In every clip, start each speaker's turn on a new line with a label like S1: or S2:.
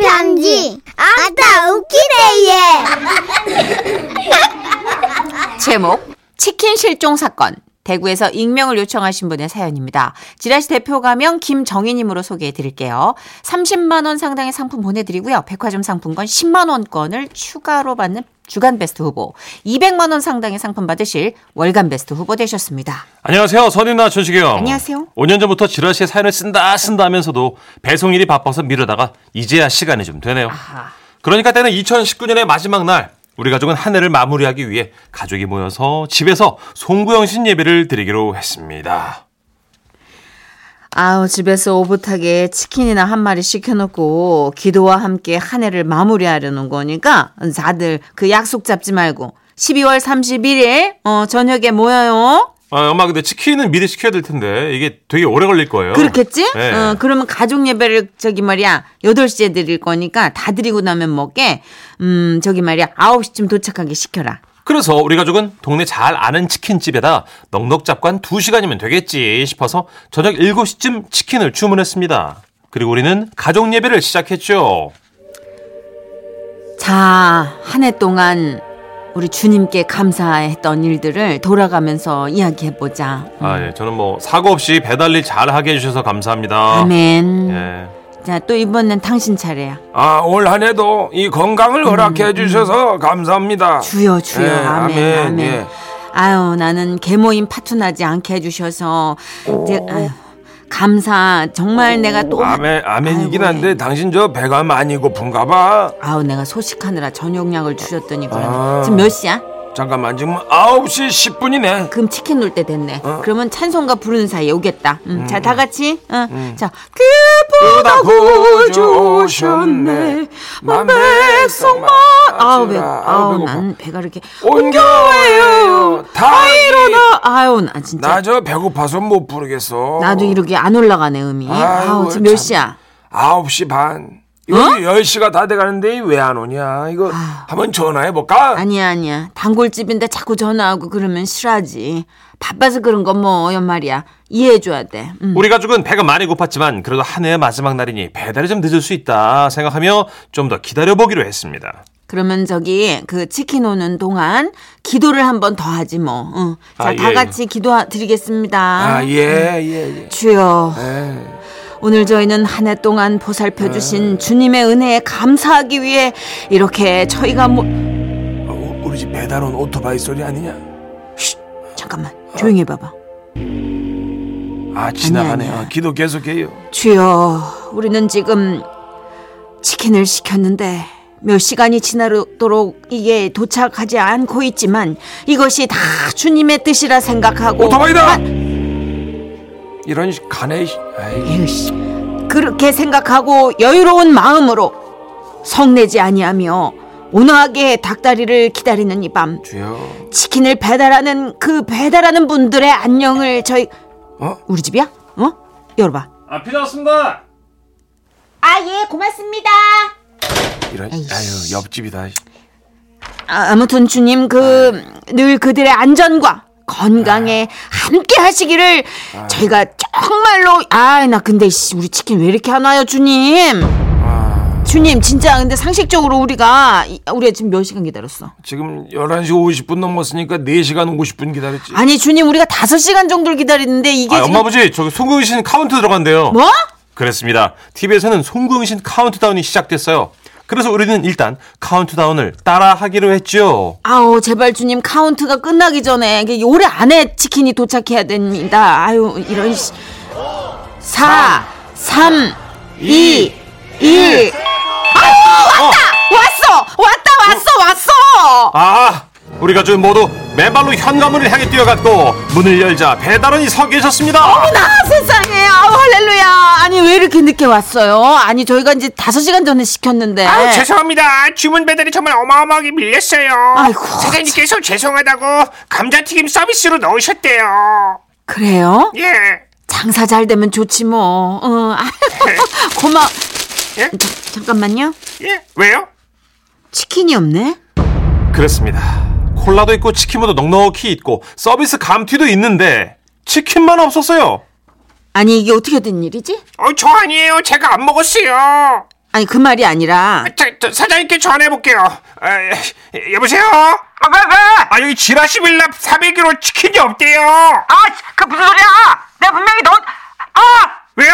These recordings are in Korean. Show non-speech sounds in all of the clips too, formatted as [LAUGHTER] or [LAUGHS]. S1: 편지. 아따, 웃기네, 얘.
S2: 제목 치킨 실종 사건 대구에서 익명을 요청하신 분의 사연입니다. 지라시 대표 가명 김정희님으로 소개해 드릴게요. 30만 원 상당의 상품 보내드리고요. 백화점 상품권 10만 원권을 추가로 받는 주간 베스트 후보, 200만 원 상당의 상품 받으실 월간 베스트 후보 되셨습니다.
S3: 안녕하세요. 선인나 천식이 형.
S2: 안녕하세요.
S3: 5년 전부터 지라시의 사연을 쓴다 쓴다 하면서도 배송일이 바빠서 미루다가 이제야 시간이 좀 되네요. 그러니까 때는 2019년의 마지막 날 우리 가족은 한 해를 마무리하기 위해 가족이 모여서 집에서 송구영 신 예배를 드리기로 했습니다.
S2: 아우 집에서 오붓하게 치킨이나 한 마리 시켜놓고 기도와 함께 한 해를 마무리하려는 거니까 다들 그 약속 잡지 말고 12월 31일 어, 저녁에 모여요.
S3: 아, 엄마 근데 치킨은 미리 시켜야 될 텐데 이게 되게 오래 걸릴 거예요.
S2: 그렇겠지?
S3: 네.
S2: 어, 그러면 가족 예배를 저기 말이야 8시에 드릴 거니까 다 드리고 나면 먹게 음 저기 말이야 9시쯤 도착하게 시켜라.
S3: 그래서 우리 가족은 동네 잘 아는 치킨집에다 넉넉 잡고 한 2시간이면 되겠지 싶어서 저녁 7시쯤 치킨을 주문했습니다. 그리고 우리는 가족 예배를 시작했죠.
S2: 자, 한 해 동안 우리 주님께 감사했던 일들을 돌아가면서 이야기해보자.
S3: 아, 예. 저는 뭐 사고 없이 배달일 잘 하게 해주셔서 감사합니다.
S2: 아멘.
S3: 예.
S2: 자, 또 이번엔 당신 차례야.
S4: 아, 올 한 해도 이 건강을 허락해 주셔서 감사합니다.
S2: 주여, 주여.
S4: 예,
S2: 아멘. 아멘.
S4: 아멘, 예.
S2: 아유, 나는 개모임 파투나지 않게 해주셔서. 이제, 아유, 감사. 정말 내가 또.
S4: 아멘, 아멘이긴
S2: 아이고, 예.
S4: 한데 당신 저 배가 많이 고픈가 봐.
S2: 아우, 내가 소식하느라 저녁약을 주셨더니. 그러네.
S4: 아.
S2: 지금 몇 시야?
S4: 잠깐만, 지금 9시 10분이네.
S2: 그럼 치킨 놀 때 됐네. 그러면 찬송가 부르는 사이에 오겠다. 어. 음, 자, 다 같이. 어. 자, 그보다 구주셨네. 만백성만 아우, 배, 아우, 난 배가 이렇게.
S4: 온
S2: 온겨요.
S4: 겨울에요.
S2: 다
S4: 다이.
S2: 일어나. 아유, 나
S4: 나
S2: 진짜.
S4: 저 배고파서 못 부르겠어.
S2: 나도 이렇게 안 올라가네, 음이. 아우,
S4: 아이고,
S2: 지금 몇
S4: 참.
S2: 시야?
S4: 9시 반. 이거
S2: 어?
S4: 10시가 다 돼가는데 왜 안 오냐. 이거 한번 전화해볼까?
S2: 아. 아니야, 아니야. 단골집인데 자꾸 전화하고 그러면 싫어하지. 바빠서 그런 건 뭐, 연말이야. 이해해줘야 돼. 음.
S3: 우리 가족은 배가 많이 고팠지만 그래도 한 해의 마지막 날이니 배달이 좀 늦을 수 있다 생각하며 좀 더 기다려보기로 했습니다.
S2: 그러면 저기 그 치킨 오는 동안 기도를 한 번 더 하지 뭐. 응. 자,
S3: 아,
S2: 다
S3: 예,
S2: 같이 기도 드리겠습니다.
S4: 아, 예, 예, 예.
S2: 주여,
S4: 예.
S2: 오늘 저희는 한 해 동안 보살펴
S3: 아.
S2: 주신 주님의 은혜에 감사하기 위해 이렇게 저희가 모...
S4: 어, 우리 집 배달 온 오토바이 소리 아니냐?
S2: 잠깐만 조용히 해봐봐.
S4: 아 지나가네.
S2: 아니야.
S4: 아, 기도 계속해요.
S2: 주여, 우리는 지금 치킨을 시켰는데 몇 시간이 지나도록 이게 도착하지 않고 있지만 이것이 다 주님의 뜻이라 생각하고
S4: 오토바이다. 이런 씨, 가네. 씨. 아이,
S2: 에이씨, 그렇게 생각하고 여유로운 마음으로 성내지 아니하며 온화하게 닭다리를 기다리는 이 밤
S4: 주여.
S2: 치킨을 배달하는 그 배달하는 분들의 안녕을 저희
S4: 어?
S2: 우리 집이야? 어? 열어봐.
S3: 아, 피자 왔습니다.
S1: 아, 예, 고맙습니다.
S4: 이런. 아유 옆집이다. 씨.
S2: 아, 아무튼 주님 그 늘 그들의 안전과 건강에 함께 하시기를 저희가 정말로 아 나 근데 씨, 우리 치킨 왜 이렇게 안 와요 주님?
S3: 아.
S2: 주님 진짜 근데 상식적으로 우리가 이- 우리가 지금 몇 시간 기다렸어?
S4: 지금 11시 50분 넘었으니까 4시간 50분 기다렸지.
S2: 아니 주님 우리가 다섯 시간 정도를 기다리는데 이게
S3: 아,
S2: 예, 지금
S3: 엄마 아버지 저기 송구영 신 카운트 들어간대요.
S2: 뭐?
S3: 그랬습니다. TV에서는 송구영 신 카운트다운이 시작됐어요. 그래서 우리는 일단 카운트다운을 따라하기로 했죠.
S2: 아우 제발 주님 카운트가 끝나기 전에 이게 올해 안에 치킨이 도착해야 됩니다. 아유 이런 씨. 4 3 2 1
S5: 어.
S2: 아우 왔다. 왔어. 왔다 왔어. 왔어.
S3: 아, 우리 가족 모두 맨발로 현관문을 향해 뛰어갔고 문을 열자 배달원이 서 계셨습니다.
S2: 나 아, 세상에. 아우 할렐루야. 아니 왜 이렇게 늦게 왔어요? 아니 저희가 이제 다섯 시간 전에 시켰는데.
S5: 아유, 죄송합니다. 주문 배달이 정말 어마어마하게 밀렸어요.
S2: 아이고,
S5: 사장님께서 죄송하다고 감자튀김 서비스로 넣으셨대요.
S2: 그래요?
S5: 예.
S2: 장사 잘 되면 좋지 뭐. 어, 아, 고마.
S5: 네. 예?
S2: 자, 잠깐만요.
S5: 예. 왜요?
S2: 치킨이 없네.
S3: 그렇습니다. 콜라도 있고 치킨도 넉넉히 있고 서비스 감튀도 있는데 치킨만 없었어요.
S2: 아니 이게 어떻게 된 일이지?
S5: 어, 저 아니에요. 제가 안 먹었어요.
S2: 아니 그 말이 아니라
S5: 저, 저 사장님께 전해볼게요. 아, 예, 여보세요? 아, 여기 지라시 빌라 301호 치킨이 없대요.
S6: 아, 그 무슨 소리야? 내가 분명히 넌, 아!
S5: 왜요?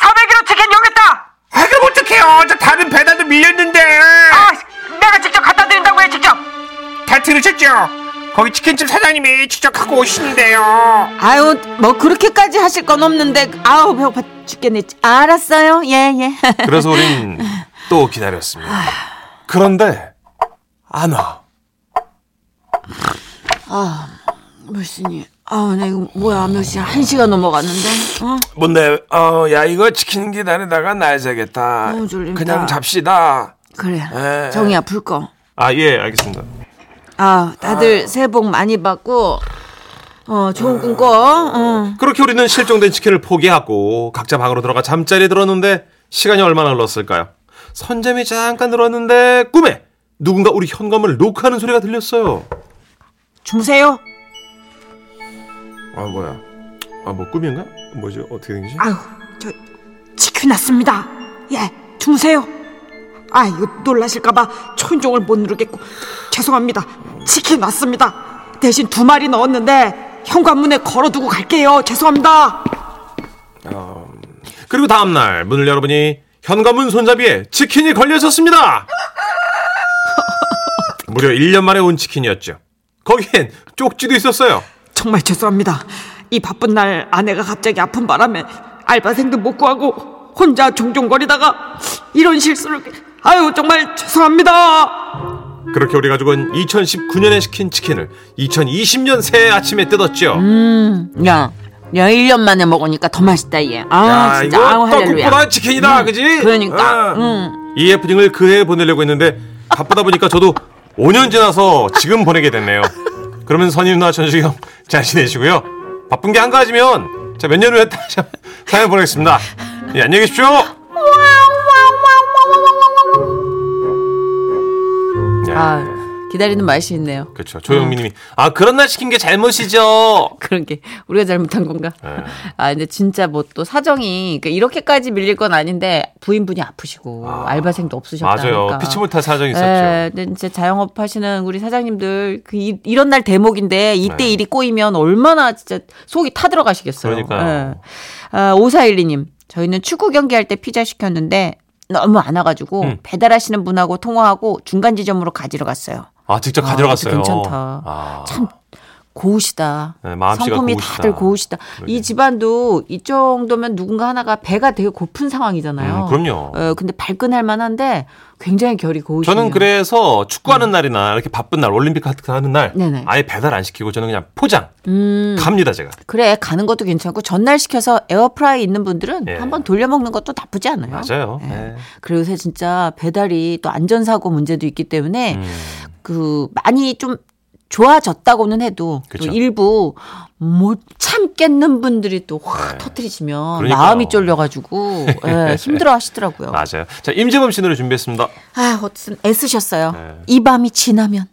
S6: 400kg 치킨 여기 있다!
S5: 아, 그럼 어떡해요. 저 다른 배달도 밀렸는데.
S6: 아, 내가 직접 갖다 드린다고 해, 직접!
S5: 다 들으셨죠? 거기 치킨집 사장님이 직접 갖고 오시는데요.
S2: 아유 뭐 그렇게까지 하실 건 없는데 아우 배고파 죽겠네 알았어요 예예 [LAUGHS]
S3: 그래서 우린 또 기다렸습니다. 그런데 안 와.
S2: 몇 시니 아나 이거 뭐야 몇 시야 한 시간 넘어갔는데 어?
S4: 뭔데? 어, 야 이거 치킨 기다리다가 날 새겠다.
S2: 너무 졸린다.
S4: 그냥 잡시다.
S2: 그래
S4: 에.
S2: 정이야 불꺼
S3: 아, 예, 알겠습니다.
S2: 아 다들 새해 복 많이 받고 어 좋은 꿈 꿔. 어.
S3: 그렇게 우리는 실종된 치킨을 포기하고 각자 방으로 들어가 잠자리에 들었는데 시간이 얼마나 흘렀을까요? 선잼이 잠깐 들었는데 꿈에 누군가 우리 현관문을 노크하는 소리가 들렸어요.
S2: 주무세요.
S3: 아, 뭐야. 아, 뭐 꿈인가? 뭐지? 어떻게 된 거지?
S2: 아유 저 치킨 났습니다. 예 주무세요. 아 이거 놀라실까봐 초인종을 못 누르겠고 죄송합니다. 치킨 났습니다. 대신 두 마리 넣었는데 현관문에 걸어두고 갈게요. 죄송합니다.
S3: 그리고 다음날 문을 열어보니 현관문 손잡이에 치킨이 걸려 [LAUGHS] 있었습니다. 무려 1년 만에 온 치킨이었죠. 거기엔 쪽지도 있었어요.
S7: 정말 죄송합니다. 이 바쁜 날 아내가 갑자기 아픈 바람에 알바생도 못 구하고 혼자 종종거리다가 이런 실수를 아유 정말 죄송합니다.
S3: 그렇게 우리 가족은 2019년에 시킨 치킨을 2020년 새해 아침에 뜯었죠.
S2: 야. 야, 1년 만에 먹으니까 더 맛있다, 얘. 아,
S4: 야
S2: 진짜.
S4: 이거
S2: 아우, 할렐루야.
S4: 떡국보다 치킨이다, 그지?
S2: 그러니까.
S3: 아.
S4: 어.
S2: 응.
S3: 이 해프닝을 그 해에 보내려고 했는데 바쁘다 보니까 저도 5년 지나서 지금 보내게 됐네요. 그러면 선임 누나 전식이 형 [LAUGHS] 잘 지내시고요. 바쁜 게 한 가지면 자 [LAUGHS] 몇 년 후에 다시 한번 사연 보내겠습니다. 예, 안녕히 계십시오.
S2: 아, 음. 기다리는 맛이 있네요.
S3: 예.
S2: [LAUGHS]
S3: 그렇죠. 조영민님이 아 그런 날 시킨 게 잘못이죠.
S2: 그런 게 우리가 잘못한 건가? 아 근데 진짜 뭐 또 사정이 그러니까 이렇게까지 밀릴 건 아닌데 부인분이 아프시고 알바생도 없으셨다니까.
S3: 맞아요. 피치 못할 사정이 있었죠.
S2: 예, 근데 진짜 자영업 하시는 우리 사장님들 그 이, 이런 날 대목인데 이때 일이 꼬이면 얼마나 진짜 속이 타들어가시겠어요.
S3: 네. 그러니까요.
S2: 예. 아, 5412님 저희는 축구 경기할 때 피자 시켰는데 너무 안 와가지고
S3: 음.
S2: 배달하시는 분하고 통화하고 중간 지점으로 가지러 갔어요.
S3: 아 직접
S2: 아,
S3: 가져갔어요.
S2: 아주 괜찮다.
S3: 아,
S2: 참 고우시다.
S3: 네, 마음씨가
S2: 성품이
S3: 고우시다.
S2: 다들 고우시다. 이 집안도 이 정도면 누군가 하나가 배가 되게 고픈 상황이잖아요.
S3: 음, 그럼요.
S2: 어, 근데 발끈할 만한데 굉장히 결이 고우시네요. 네.
S3: 저는 그래서 축구하는 날이나 이렇게 바쁜 날 올림픽 같은 거 하는 날
S2: 네네.
S3: 아예 배달 안 시키고 저는 그냥 포장
S2: 음,
S3: 갑니다 제가.
S2: 그래 가는 것도 괜찮고 전날 시켜서 에어프라이 있는 분들은
S3: 예.
S2: 한번 돌려 먹는 것도 나쁘지 않아요.
S3: 맞아요.
S2: 예.
S3: 네.
S2: 그리고 요새 진짜 배달이 또 안전사고 문제도 있기 때문에
S3: 음.
S2: 그 많이 좀 좋아졌다고는 해도
S3: 그쵸.
S2: 또 일부 못 참겠는 분들이 또 확 터트리시면
S3: 네. 그러니까요.
S2: 마음이 쫄려가지고
S3: [LAUGHS]
S2: 예, 힘들어 하시더라고요.
S3: 맞아요. 자 임재범 씨 노래 준비했습니다.
S2: 아, 어쨌든 애쓰셨어요.
S3: 네.
S2: 이 밤이 지나면.